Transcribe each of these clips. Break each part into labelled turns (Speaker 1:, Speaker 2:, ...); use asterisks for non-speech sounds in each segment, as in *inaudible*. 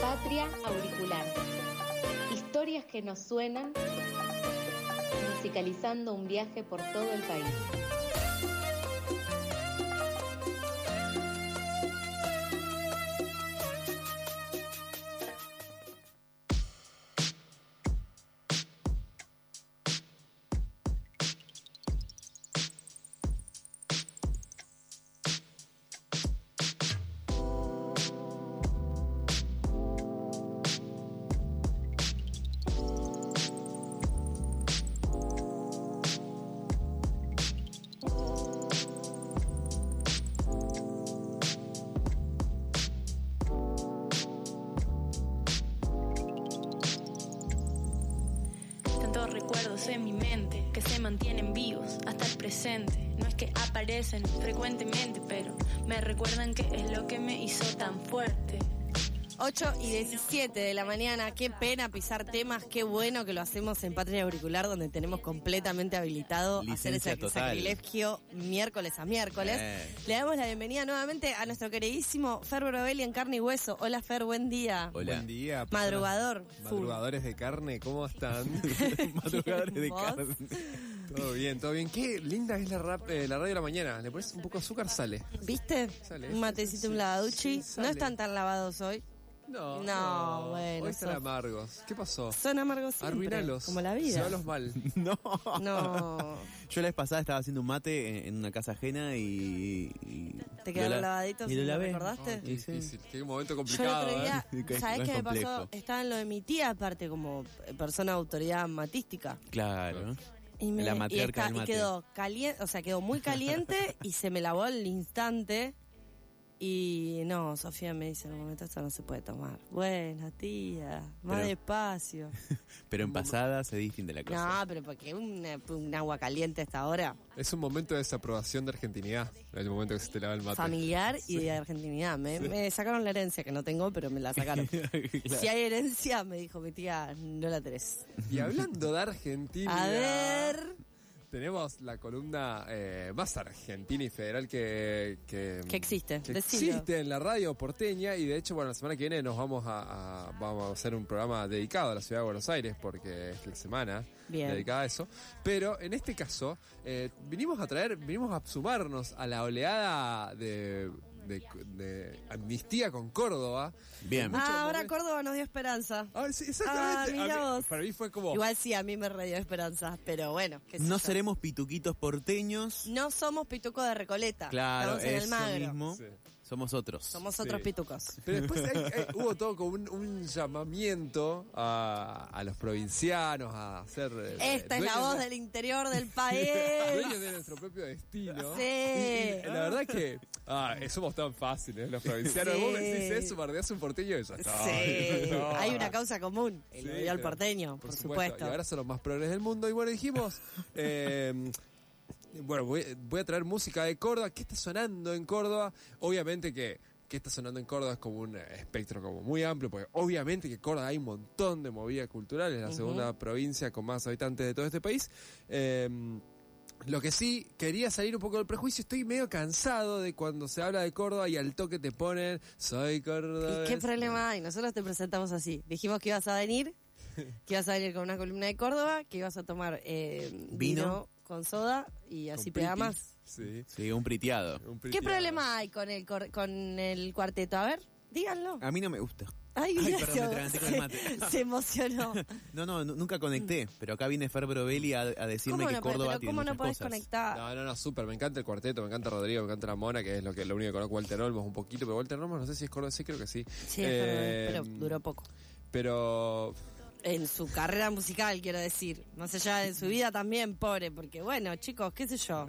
Speaker 1: Patria Auricular. Historias que nos suenan, musicalizando un viaje por todo el país.
Speaker 2: Tantos recuerdos en mi mente que se mantienen vivos hasta el presente. No es que aparecen frecuentemente, pero me recuerdan que es lo que me hizo tan fuerte.
Speaker 3: 8 y 17 de la mañana, qué pena pisar temas, qué bueno que lo hacemos en Patria Auricular, donde tenemos completamente habilitado
Speaker 4: Licencia
Speaker 3: hacer ese
Speaker 4: total.
Speaker 3: sacrilegio miércoles a miércoles.
Speaker 4: Eh.
Speaker 3: Le damos la bienvenida nuevamente a nuestro queridísimo Fer Brovelli en carne y hueso. Hola Fer, buen día.
Speaker 4: Hola.
Speaker 5: Buen día. personas-
Speaker 3: Madrugador.
Speaker 5: Madrugadores de carne,
Speaker 3: *laughs*
Speaker 5: ¿cómo están? *laughs*
Speaker 4: Madrugadores de
Speaker 3: ¿Vos?
Speaker 4: carne.
Speaker 5: todo bien, todo bien. Qué linda es la, rap- eh, la radio de la mañana. Le pones un poco de azúcar, sale.
Speaker 3: Full. ¿Viste?
Speaker 5: Sale.
Speaker 3: Un matecito, un
Speaker 5: Sí,
Speaker 3: lavaduchi.
Speaker 5: sí,
Speaker 3: no
Speaker 5: sale.
Speaker 3: están tan lavados hoy.
Speaker 5: No.
Speaker 3: No, bueno,
Speaker 5: Hoy están
Speaker 3: sos-
Speaker 5: amargos. ¿Qué pasó?
Speaker 3: Son amargos siempre,
Speaker 5: Arruinalos.
Speaker 3: como la vida.
Speaker 4: *laughs*
Speaker 5: Llévalos mal.
Speaker 4: *laughs* No.
Speaker 5: *laughs*
Speaker 3: No,
Speaker 4: Yo la vez pasada estaba haciendo un mate en- en una casa ajena y. y-
Speaker 3: Te quedaron
Speaker 4: lo la-
Speaker 3: lavaditos
Speaker 4: Y lo
Speaker 3: y no
Speaker 4: lavé.
Speaker 3: recordaste.
Speaker 4: Y sí.
Speaker 5: Difícil. Qué momento
Speaker 3: Yo el
Speaker 5: complicado.
Speaker 3: otro día,
Speaker 4: ¿eh? *laughs* Que
Speaker 3: ¿sabés
Speaker 4: no es
Speaker 3: qué me pasó?
Speaker 4: complejo.
Speaker 3: Estaba en lo de mi tía, aparte, como eh, persona de autoridad matística.
Speaker 4: Claro.
Speaker 3: Y, me,
Speaker 4: La
Speaker 3: y
Speaker 4: matriarca del
Speaker 3: y
Speaker 4: mate.
Speaker 3: quedó caliente, o sea, quedó muy
Speaker 4: *laughs*
Speaker 3: caliente y se me lavó al instante. Y no, Sofía me dice en un momento esto no se puede tomar. Bueno, tía, más
Speaker 4: Pero- *laughs*
Speaker 3: despacio.
Speaker 4: Pero en pasada se distingue la cosa. *laughs*
Speaker 3: No, pero porque una- un agua caliente hasta ahora,
Speaker 5: ¿eh? Es un momento de desaprobación de argentinidad. El momento que se te lava
Speaker 4: Ah,
Speaker 5: el mate.
Speaker 3: familiar y de argentinidad. Me, me sacaron la herencia que no tengo, pero me la
Speaker 4: *laughs*
Speaker 3: sacaron. Si hay herencia, me dijo mi tía, no la tenés.
Speaker 5: Y hablando de Argentina.
Speaker 3: A ver.
Speaker 5: Tenemos la columna eh, más argentina y federal que, que,
Speaker 3: Que existe,
Speaker 5: que
Speaker 3: decilo.
Speaker 5: existe en la radio porteña y de hecho, bueno, la semana que viene nos vamos a, a- vamos a hacer un programa dedicado a la ciudad de Buenos Aires porque es la semana
Speaker 3: Bien.
Speaker 5: dedicada a eso. Pero en este caso, eh, vinimos a traer, vinimos a sumarnos a la oleada de, de- de amnistía con Córdoba.
Speaker 4: Bien.
Speaker 5: Muchos
Speaker 3: Ah, ahora
Speaker 5: momentos.
Speaker 3: Córdoba nos dio esperanza.
Speaker 5: Ah, sí, exactamente.
Speaker 3: Ah, mirá
Speaker 5: A mí-
Speaker 3: vos.
Speaker 5: para mí fue como...
Speaker 3: Igual sí, a mí me re dio esperanza, pero bueno. qué sé
Speaker 4: No
Speaker 3: yo.
Speaker 4: seremos pituquitos porteños.
Speaker 3: No somos pituco de Recoleta.
Speaker 4: Claro,
Speaker 3: estamos en el
Speaker 4: eso
Speaker 3: magro.
Speaker 4: mismo.
Speaker 5: Sí.
Speaker 4: Somos otros.
Speaker 3: Somos otros
Speaker 5: Sí.
Speaker 3: pitucos.
Speaker 5: Pero después hay- hay- hubo todo como un, un llamamiento a, a los provincianos a ser. eh,
Speaker 3: Esta es la
Speaker 5: dueños
Speaker 3: voz
Speaker 5: de-
Speaker 3: del interior del
Speaker 5: *laughs* Dueños
Speaker 3: país.
Speaker 5: de nuestro propio destino.
Speaker 3: Sí.
Speaker 5: Y- y la verdad que. Ah, eh, somos tan fáciles los provincianos.
Speaker 3: Sí.
Speaker 5: Vos decís eso, bardeás un porteño y ya está.
Speaker 3: Sí, *laughs*
Speaker 5: No.
Speaker 3: hay una causa común, el
Speaker 5: Sí,
Speaker 3: odio al
Speaker 5: pero-
Speaker 3: porteño, por, supuesto.
Speaker 5: Y ahora son los más progres del mundo. Y
Speaker 3: *laughs*
Speaker 5: bueno, dijimos. eh, bueno, voy, voy a traer música de Córdoba. ¿Qué está sonando en Córdoba? Obviamente que. ¿Qué está sonando en Córdoba? Es como un eh, espectro como muy amplio, porque obviamente que Córdoba hay un montón de movidas culturales, la segunda provincia con más habitantes de todo este país. Eh, lo que sí, quería salir un poco del prejuicio. Estoy medio cansado de cuando se habla de Córdoba y al toque te ponen, soy Córdoba.
Speaker 3: ¿Y qué problema hay? Nosotros te presentamos así. Dijimos que ibas a venir, que ibas a venir con una columna de Córdoba, que ibas a tomar eh, vino.
Speaker 4: Vino.
Speaker 3: con soda y así pega más.
Speaker 5: Sí.
Speaker 4: Sí, un priteado.
Speaker 5: un
Speaker 3: ¿Qué
Speaker 5: priteado.
Speaker 3: problema hay con el, cor- con el cuarteto? A ver, díganlo.
Speaker 4: A mí no me gusta.
Speaker 3: Ay,
Speaker 4: Ah. Ay,
Speaker 3: mira,
Speaker 4: perdón,
Speaker 3: se-
Speaker 4: me atraganté con el mate.
Speaker 3: se, se
Speaker 4: *laughs*
Speaker 3: emocionó.
Speaker 4: No, no, nu- nunca conecté. Pero acá viene Fer Brovelli a, a decirme que
Speaker 3: no, podés-
Speaker 4: Córdoba
Speaker 3: pero
Speaker 4: tiene
Speaker 3: cómo no
Speaker 4: muchas
Speaker 3: podés
Speaker 4: cosas.
Speaker 3: conectar?
Speaker 5: No, no, no, súper. Me encanta el cuarteto, me encanta Rodrigo, me encanta la Mona, que es lo que lo único que conozco Walter Olmos un poquito, pero Walter Olmos no sé si es Córdoba, sí, creo que sí.
Speaker 3: Sí, es
Speaker 5: Eh,
Speaker 3: verdad, pero duró poco.
Speaker 5: Pero
Speaker 3: En su carrera musical, quiero decir. Más allá de su vida también, pobre. Porque bueno, chicos, qué sé yo.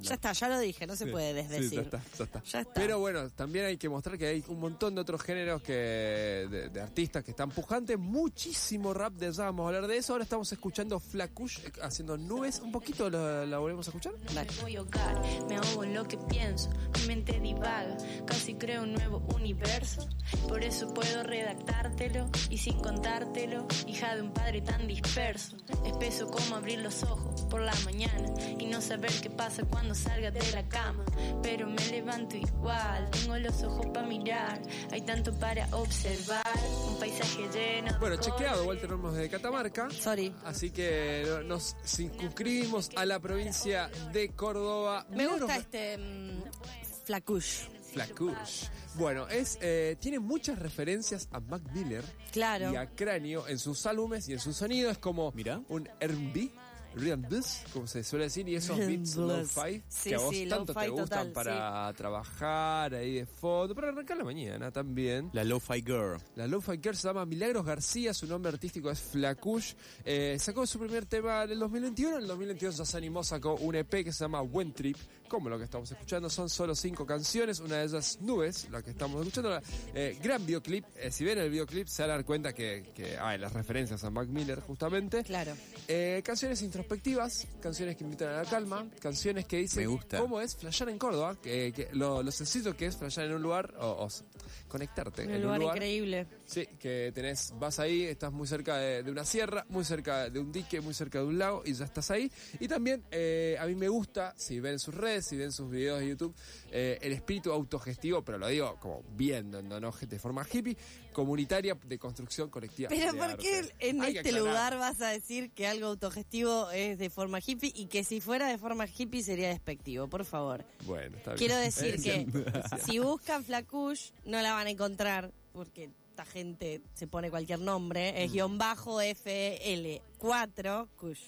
Speaker 3: Ya está, ya lo dije, no se puede desdecir.
Speaker 5: *laughs* Sí, ya está, ya está.
Speaker 3: Ya está.
Speaker 5: Pero bueno, también hay que mostrar que hay un montón de otros géneros que de, de artistas que están pujantes. Muchísimo rap de allá, vamos a hablar de eso. Ahora estamos escuchando Flacush eh, haciendo nubes. Un poquito lo- la volvemos a escuchar.
Speaker 3: Dale.
Speaker 2: Voy a ahogar, me ahogo en con lo que pienso, mi mente divaga, casi creo un nuevo universo. Por eso puedo redactártelo y sin contártelo, hija de un padre tan disperso. Espeso como abrir los ojos por la mañana y no saber qué pasa cuando salga de la cama. Pero me levanto igual, tengo los ojos para mirar, hay tanto para observar, un paisaje lleno. de
Speaker 5: Bueno, chequeado,
Speaker 2: colores.
Speaker 5: Walter Olmos de Catamarca.
Speaker 3: Sorry.
Speaker 5: Así que no- nos circunscribimos a la provincia de Córdoba.
Speaker 3: Me
Speaker 5: No
Speaker 3: gusta
Speaker 5: nos-
Speaker 3: este mm, flacush.
Speaker 5: Flacush. Bueno, es, eh, tiene muchas referencias a Mac Miller
Speaker 3: Claro.
Speaker 5: y a Cráneo en sus álbumes y en su sonido. Es como
Speaker 4: Mirá.
Speaker 5: un R&B, rhythm blues, como se suele decir, y esos
Speaker 3: Rhythm
Speaker 5: beats
Speaker 3: blues.
Speaker 5: lo-fi
Speaker 3: Sí,
Speaker 5: que a vos
Speaker 3: sí,
Speaker 5: tanto
Speaker 3: lo-fi
Speaker 5: te gustan
Speaker 3: total,
Speaker 5: para trabajar ahí de fondo, para arrancar la mañana también.
Speaker 4: La Lo-Fi Girl.
Speaker 5: La Lo-Fi Girl se llama Milagros García, su nombre artístico es Flacush. Eh, sacó su primer tema en el 2021, en el 2022 ya se animó, sacó un EP que se llama Buen Trip, como lo que estamos escuchando. Son solo cinco canciones, una de ellas Nubes, la que estamos escuchando. La- eh, gran videoclip, Eh, si ven el videoclip se van a dar cuenta que, que hay las referencias a Mac Miller justamente.
Speaker 3: Claro.
Speaker 5: Eh, canciones introspectivas, canciones que invitan a la calma, canciones que dicen
Speaker 4: Me gusta.
Speaker 5: cómo es flashear en Córdoba, que, que lo, lo sencillo que es flashear en un lugar o, o s- conectarte
Speaker 3: Un
Speaker 5: en
Speaker 3: lugar
Speaker 5: un lugar.
Speaker 3: increíble.
Speaker 5: Sí, que tenés, vas ahí, estás muy cerca de, de una sierra, muy cerca de un dique, muy cerca de un lago y ya estás ahí. Y también eh, a mí me gusta, si ven sus redes, si ven sus videos de YouTube, eh, el espíritu autogestivo, pero lo digo como viendo, no, no de forma hippie, comunitaria de construcción colectiva.
Speaker 3: Pero
Speaker 5: de
Speaker 3: ¿por qué
Speaker 5: arte.
Speaker 3: en
Speaker 5: Hay que
Speaker 3: este
Speaker 5: aclarar.
Speaker 3: lugar vas a decir que algo autogestivo es de forma hippie y que si fuera de forma hippie sería despectivo? Por favor.
Speaker 5: Bueno, está bien. Eh,
Speaker 3: Quiero decir
Speaker 5: *laughs* Es
Speaker 3: que
Speaker 5: cierto, es cierto.
Speaker 3: si buscan Flacush no la van a encontrar porque esta gente se pone cualquier nombre.
Speaker 5: Mm.
Speaker 3: Es guión bajo FL4 Kush.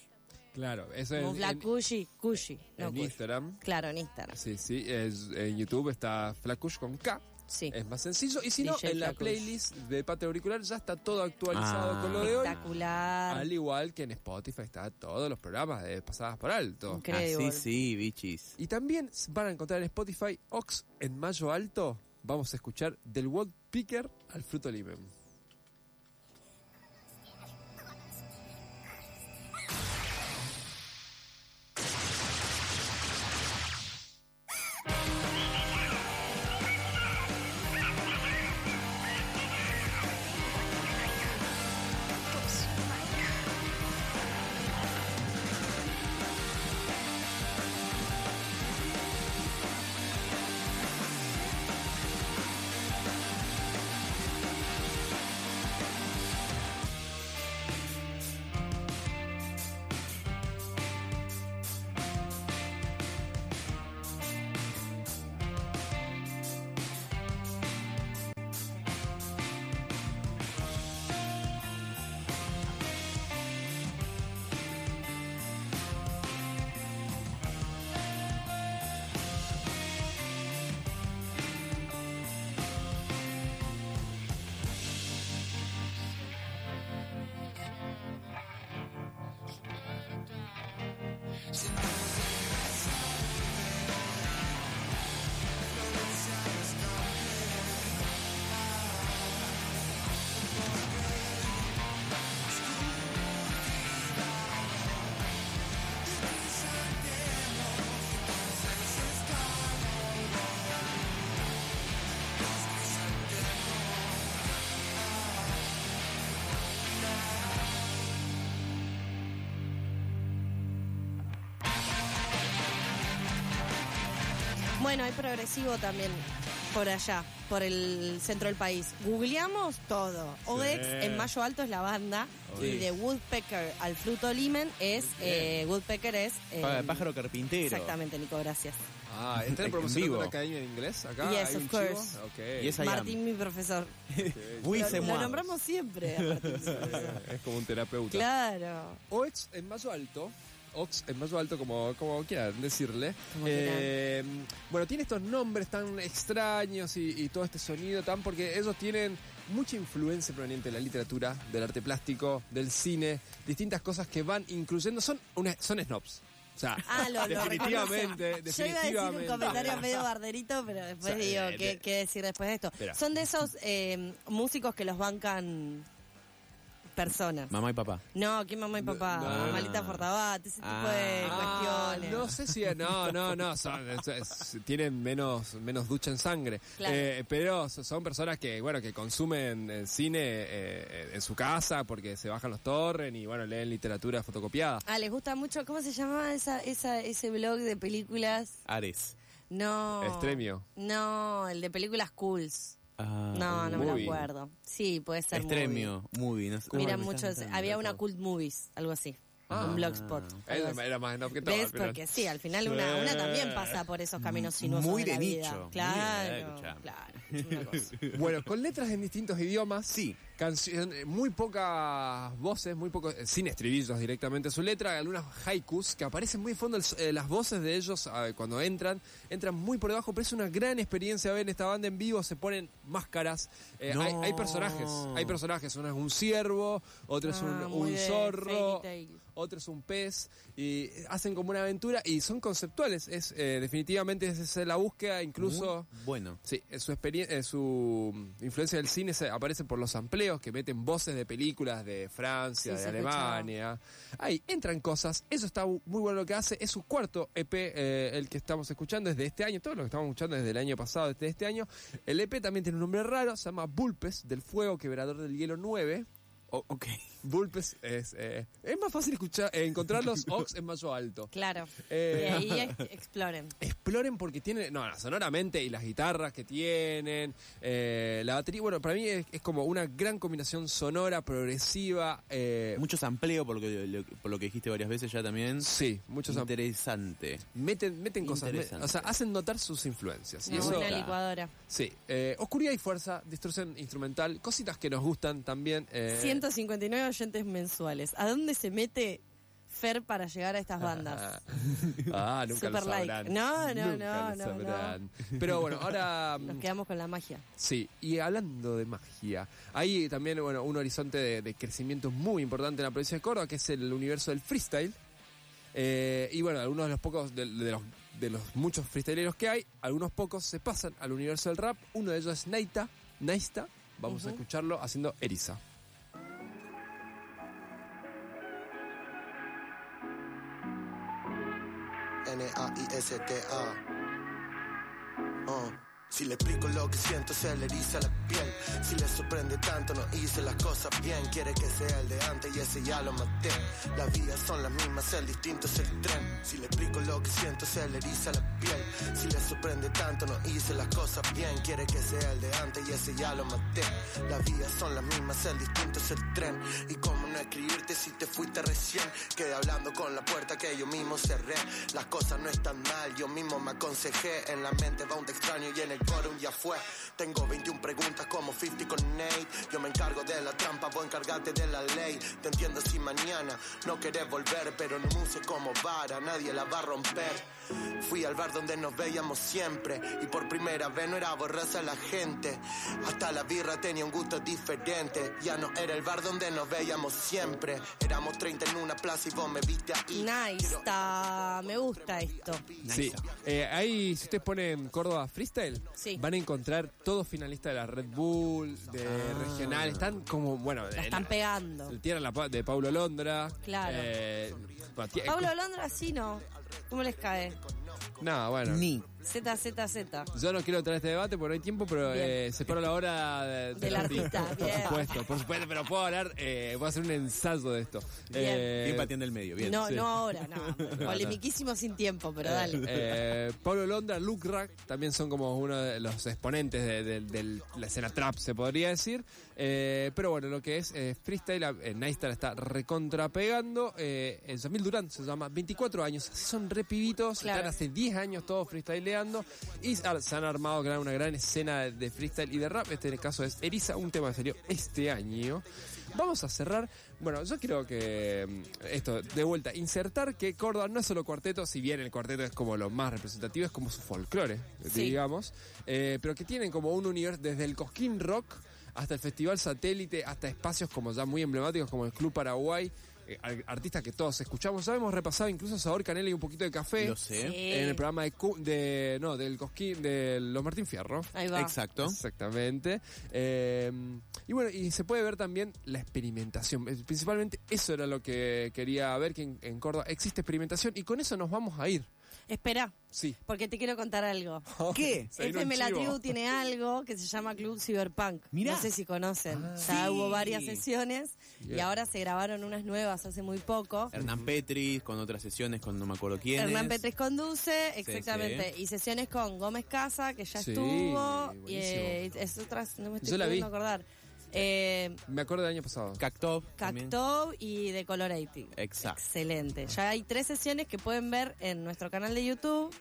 Speaker 5: Claro, eso
Speaker 3: Como
Speaker 5: es en,
Speaker 3: Flacushi, Kushi. No pues.
Speaker 5: en
Speaker 3: Kush.
Speaker 5: Instagram.
Speaker 3: Claro, en Instagram.
Speaker 5: Sí, sí, es- en YouTube está Flacush con K.
Speaker 3: Sí.
Speaker 5: Es más sencillo. Y si no,
Speaker 3: DJ
Speaker 5: en la
Speaker 3: Flacush.
Speaker 5: playlist de Patio Auricular ya está todo actualizado
Speaker 4: Ah.
Speaker 5: con lo de hoy.
Speaker 3: Espectacular.
Speaker 5: Al igual que en Spotify está todos los programas de Pasadas por Alto.
Speaker 3: Increíble.
Speaker 4: Así Ah, sí, bichis.
Speaker 5: Y también van a encontrar en Spotify Ox en Mayo Alto. Vamos a escuchar del World Picker al Fruto Limen.
Speaker 3: Bueno, hay progresivo también por allá, por el centro del país. Googleamos todo. Odex en Mayo Alto es la banda y de Woodpecker al Fruto Limen es eh, Woodpecker es eh,
Speaker 4: Pá- Pájaro carpintero.
Speaker 3: Exactamente, Nico, gracias.
Speaker 5: Ah, ¿está
Speaker 4: *laughs*
Speaker 5: en
Speaker 4: En
Speaker 5: promoción de
Speaker 4: vivo.
Speaker 5: una academia de inglés acá?
Speaker 3: Yes,
Speaker 5: ¿Hay un
Speaker 3: of course.
Speaker 5: chivo? Ok.
Speaker 4: Y es
Speaker 3: Martín, mi profesor.
Speaker 4: Muy
Speaker 3: Lo,
Speaker 4: se
Speaker 3: lo
Speaker 4: mueve.
Speaker 3: nombramos siempre. a Martín,
Speaker 5: *laughs*
Speaker 3: mi profesor.
Speaker 5: *laughs* Es como un terapeuta.
Speaker 3: claro.
Speaker 5: Ox en Mayo Alto. Ox en Mayo Alto, como, como quieran decirle.
Speaker 3: Como quieran.
Speaker 5: Eh, bueno, tiene estos nombres tan extraños y, y todo este sonido tan porque ellos tienen mucha influencia proveniente de la literatura, del arte plástico, del cine, distintas cosas que van incluyendo. Son, una- son snobs. O sea,
Speaker 3: Ah, lo, lo
Speaker 5: *laughs* definitivamente,
Speaker 3: reconocen. Yo iba a decir un
Speaker 5: definitivamente.
Speaker 3: comentario medio barderito, pero después
Speaker 5: O sea,
Speaker 3: digo,
Speaker 5: eh,
Speaker 3: ¿qué,
Speaker 5: de-
Speaker 3: qué decir después de esto?
Speaker 5: Espera.
Speaker 3: Son de esos eh, músicos que los bancan personas.
Speaker 4: Mamá y papá.
Speaker 3: No, ¿qué mamá y papá?
Speaker 5: no.
Speaker 3: Malita Fortabat, ese tipo
Speaker 4: Ah.
Speaker 3: de
Speaker 5: Ah,
Speaker 3: cuestiones.
Speaker 5: no sé si no no no son- es- es- tienen menos menos ducha en sangre
Speaker 3: Claro.
Speaker 5: Eh, pero so- son personas que bueno que consumen eh, cine eh, en su casa porque se bajan los torres y bueno leen literatura fotocopiada
Speaker 3: Ah, les gusta mucho. ¿Cómo se llamaba esa, esa, ese blog de películas?
Speaker 4: Ares.
Speaker 3: No.
Speaker 5: Extremio.
Speaker 3: No, el de películas cools.
Speaker 4: Ah,
Speaker 3: No, no me lo
Speaker 5: Movie.
Speaker 3: acuerdo. Sí, puede ser.
Speaker 4: Extremio, movie. no sé.
Speaker 3: Movie. Mira
Speaker 4: Ay, me
Speaker 3: muchos.
Speaker 4: están dando
Speaker 3: había una
Speaker 4: todo.
Speaker 3: cult movies, algo así. un blogspot. algo
Speaker 5: Eso
Speaker 3: así.
Speaker 5: era más no que todo
Speaker 3: ¿Ves?
Speaker 5: al final.
Speaker 3: Porque sí, al final una, una también pasa por esos caminos sinuosos.
Speaker 4: Muy
Speaker 3: de,
Speaker 4: de
Speaker 3: la vida.
Speaker 4: nicho, muy de-
Speaker 3: Claro.
Speaker 4: escuchame.
Speaker 3: claro. es una cosa.
Speaker 5: *laughs* Bueno, con letras en distintos idiomas.
Speaker 4: Sí.
Speaker 5: Canción, eh, muy pocas voces, muy pocos, eh, sin estribillos directamente su letra, algunas haikus que aparecen muy de fondo, el s- eh, las voces de ellos eh, cuando entran, entran muy por debajo, pero es una gran experiencia ver esta banda en vivo, se ponen máscaras, eh,
Speaker 4: No.
Speaker 5: hay, hay personajes, hay personajes, uno es un ciervo, otro es un,
Speaker 3: Ah, muy
Speaker 5: un
Speaker 3: de
Speaker 5: zorro,
Speaker 3: fairy tale.
Speaker 5: otro es un pez, y hacen como una aventura y son conceptuales, es eh, definitivamente es, es la búsqueda, incluso...
Speaker 4: Muy bueno.
Speaker 5: Sí, eh, su, experi- eh, su mm, influencia del cine se aparece por los ampleos que meten voces de películas de Francia,
Speaker 3: Sí,
Speaker 5: de
Speaker 3: se escuchaba.
Speaker 5: Alemania. Ahí entran cosas. Eso está bu- muy bueno lo que hace. Es su cuarto EP, eh, el que estamos escuchando desde este año. Todo lo que estamos escuchando desde el año pasado, desde este año. El EP también tiene un nombre raro. Se llama Bulpes del Fuego, Quebrador del Hielo 9.
Speaker 4: O- Oh, ok.
Speaker 5: Bulpes es, eh, es más fácil escuchar, eh,
Speaker 3: *laughs*
Speaker 5: encontrarlos. Ox en Mayo Alto.
Speaker 3: Claro.
Speaker 5: Eh.
Speaker 3: Y ahí ex- exploren.
Speaker 5: Exploren porque tienen, no, no, sonoramente y las guitarras que tienen, eh, la batería, bueno, para mí es, es como una gran combinación sonora, progresiva. eh,
Speaker 4: Muchos ampleo, por lo, que, lo- por lo que dijiste varias veces ya también.
Speaker 5: sí, muchos am-
Speaker 4: Interesante.
Speaker 5: meten, meten cosas, me- o sea,
Speaker 4: Interesante.
Speaker 5: hacen notar sus influencias. y
Speaker 3: Una
Speaker 5: eso,
Speaker 3: buena licuadora.
Speaker 5: sí, eh, oscuridad y fuerza, distorsión instrumental, cositas que nos gustan también. eh,
Speaker 3: 159 oyentes mensuales. ¿A dónde se mete Fer para llegar a
Speaker 5: *laughs*
Speaker 3: estas bandas?
Speaker 5: Ah, nunca lo
Speaker 3: Super like.
Speaker 5: sabrán.
Speaker 3: No, no,
Speaker 5: Nunca
Speaker 3: no,
Speaker 5: lo
Speaker 3: no,
Speaker 5: sabrán. Pero bueno, ahora mm,
Speaker 3: Nos quedamos con la magia.
Speaker 5: Sí, y hablando de magia, hay también bueno, un horizonte de, de crecimiento muy importante en la provincia de Córdoba, que es el universo del freestyle. Eh, y bueno, algunos de los pocos, de, de los, de los muchos freestyleros que hay, algunos pocos se pasan al universo del rap. Uno de ellos es Naita, Naista. Vamos a escucharlo haciendo Eriza.
Speaker 6: N-A-I-S-T-A. Uh. Si le explico lo que siento, se le eriza la piel. Si le sorprende tanto, no hice las cosas bien. Quiere que sea el de antes y ese ya lo maté. Las vías son las mismas, el distinto es el tren. Si le explico lo que siento, se le eriza la piel. Si le sorprende tanto, no hice las cosas bien. Quiere que sea el de antes y ese ya lo maté. Las vías son las mismas, el distinto es el tren. Y cómo no escribirte si te fuiste recién. Quedé hablando con la puerta que yo mismo cerré. Las cosas no están mal, yo mismo me aconsejé. En la mente va un te extraño y en el coro un ya fue. Tengo 21 preguntas como 50 con Nate. Yo me encargo de la trampa, vos encargate de la ley. Te entiendo si mañana no querés volver, pero no me use como vara, nadie la va a romper. Fui al bar donde nos veíamos siempre y por primera vez no era borraza la gente. Hasta la birra tenía un gusto diferente. Ya no era el bar donde nos veíamos siempre. Éramos 30 en una plaza y vos me viste ahí.
Speaker 3: Nice, está. me gusta esto.
Speaker 5: Sí, eh, ahí si ustedes ponen Córdoba Freestyle,
Speaker 3: Sí.
Speaker 5: van a encontrar todos finalistas de la Red Bull, de regional, están como, bueno,
Speaker 3: La están pegando.
Speaker 5: el Tierra la Pa- de Paulo Londra.
Speaker 3: Claro.
Speaker 5: Eh, Mati-
Speaker 3: Pablo Londra, sí, no. ¿Cómo les cae?
Speaker 5: No, bueno.
Speaker 4: Ni.
Speaker 3: Z, Z, Z.
Speaker 5: Yo no quiero entrar a este debate porque no hay tiempo, pero
Speaker 3: Bien.
Speaker 5: eh, separo la hora de- del
Speaker 3: Del artista,
Speaker 5: Por
Speaker 3: bien.
Speaker 5: supuesto, por supuesto, pero puedo hablar, eh, voy a hacer un ensayo de esto.
Speaker 3: Bien.
Speaker 5: Eh,
Speaker 4: Bien pateando el medio, bien.
Speaker 3: No,
Speaker 5: sí.
Speaker 3: no ahora,
Speaker 5: *laughs*
Speaker 3: no. Polemiquísimo sin tiempo, pero dale. *laughs*
Speaker 5: Eh, Pablo Londra, Luke Rack también son como uno de los exponentes de, de- de la escena trap, se podría decir. Eh, pero bueno, lo que es eh, freestyle, eh, Nightstar está recontrapegando. Eh, el Samil Durán se llama 24 años, así son re pibitos,
Speaker 3: Claro.
Speaker 5: están hace 10 años todos freestyleando y se han- se han armado gran- una gran escena de- de freestyle y de rap. Este en el caso es Eriza, un tema que salió este año. Vamos a cerrar. Bueno, yo creo que mm, esto, de vuelta, insertar que Córdoba no es solo cuarteto, si bien el cuarteto es como lo más representativo, es como su folclore,
Speaker 3: Sí.
Speaker 5: digamos, eh, pero que tienen como un universo desde el Cosquín Rock hasta el Festival Satélite, hasta espacios como ya muy emblemáticos como el Club Paraguay. eh, ar- artistas que todos escuchamos. Ya hemos repasado incluso Sabor Canela y un poquito de café.
Speaker 4: Lo sé.
Speaker 3: eh,
Speaker 4: Eh.
Speaker 3: Sí.
Speaker 5: En el programa de, Cu- de- no, del Cosquín, de los Martín Fierro.
Speaker 3: Ahí va.
Speaker 4: Exacto.
Speaker 5: Exactamente. Eh, y bueno, y se puede ver también la experimentación. Eh, Principalmente eso era lo que quería ver, que en, en Córdoba existe experimentación y con eso nos vamos a ir.
Speaker 3: Espera,
Speaker 5: Sí.
Speaker 3: porque te quiero contar
Speaker 5: *laughs*
Speaker 3: algo.
Speaker 4: ¿Qué?
Speaker 5: Se vino un
Speaker 3: FM La
Speaker 5: chivo.
Speaker 3: Tribu tiene algo que se llama Club Cyberpunk.
Speaker 4: Mirá.
Speaker 3: No sé si conocen.
Speaker 5: Ah.
Speaker 3: ya
Speaker 4: Sí.
Speaker 3: hubo varias sesiones y
Speaker 5: Bien.
Speaker 3: ahora se grabaron unas nuevas hace muy poco.
Speaker 4: Hernán Petris, con otras sesiones con no me acuerdo quién.
Speaker 3: Hernán Petres conduce, exactamente. Y sesiones con Gómez Casa, que ya
Speaker 5: Sí,
Speaker 3: estuvo. Y
Speaker 5: buenísimo.
Speaker 3: eh, es otras, no me estoy
Speaker 5: Yo la vi.
Speaker 3: pudiendo acordar. Eh,
Speaker 5: Me acuerdo del año pasado.
Speaker 4: Cactop. también.
Speaker 3: Cactow y The Colorating.
Speaker 4: Exacto.
Speaker 3: Excelente. Ya hay tres sesiones que pueden ver en nuestro canal de YouTube.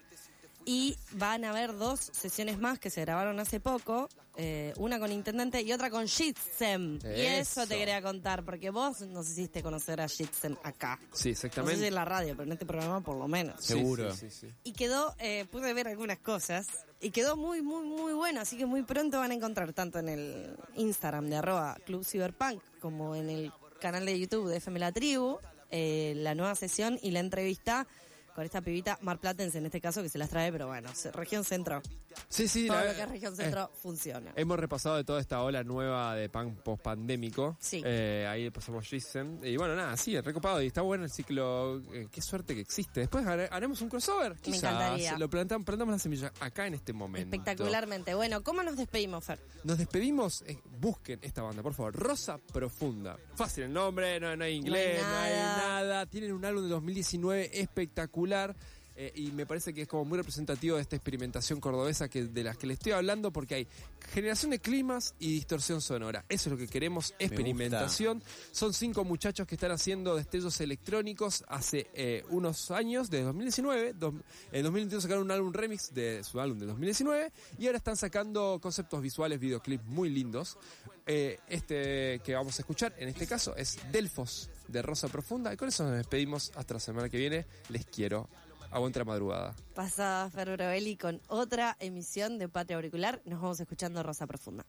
Speaker 3: Y van a haber dos sesiones más que se grabaron hace poco. eh, una con Intendente y otra con Jitsem. Y eso
Speaker 5: Eso.
Speaker 3: te quería contar, porque vos nos hiciste conocer a Jitsem acá.
Speaker 5: Sí,
Speaker 3: No sé si
Speaker 5: exactamente.
Speaker 3: en la radio, pero en este programa por lo menos.
Speaker 5: Sí,
Speaker 4: Seguro.
Speaker 5: sí, sí, sí.
Speaker 3: Y quedó, eh, pude ver algunas cosas. Y quedó muy, muy, muy bueno. Así que muy pronto van a encontrar tanto en el Instagram de arroba Club Cyberpunk como en el canal de YouTube de FM La Tribu, eh, la nueva sesión y la entrevista con esta pibita marplatense en este caso que se las trae, pero bueno, se- región centro.
Speaker 5: Sí, sí,
Speaker 3: Todo
Speaker 5: la- eh,
Speaker 3: lo que es región centro funciona.
Speaker 5: Hemos repasado de toda esta ola nueva de punk post pandémico.
Speaker 3: Sí.
Speaker 5: ahí pasamos Jason. Y bueno, nada, sí, es recopado y está bueno el ciclo. eh, qué suerte que existe. Después hare- haremos un crossover. Quizás
Speaker 3: encantaría.
Speaker 5: lo plantamos, plantamos la semilla acá en este momento.
Speaker 3: Espectacularmente. Bueno, ¿cómo nos despedimos, Fer?
Speaker 5: Nos despedimos. eh, busquen esta banda, por favor. Rosa Profunda. Fácil el nombre, no, no hay inglés, no hay,
Speaker 3: nada.
Speaker 5: nada. Tienen un álbum de 2019 espectacular. eh, y me parece que es como muy representativo de esta experimentación cordobesa que, de las que le estoy hablando, porque hay generación de climas y distorsión sonora. Eso es lo que queremos, experimentación. Son cinco muchachos que están haciendo destellos electrónicos hace eh, unos años, desde 2019. dos- en 2021 sacaron un álbum remix de su álbum de 2019 y ahora están sacando conceptos visuales, videoclips muy lindos. Eh, este que vamos a escuchar en este caso es Delfos de Rosa Profunda y con eso nos despedimos hasta la semana que viene. Les quiero. Aguanta la madrugada.
Speaker 3: Pasada Fer Brovelli con otra emisión de Patria Auricular. Nos vamos escuchando Rosa Profunda.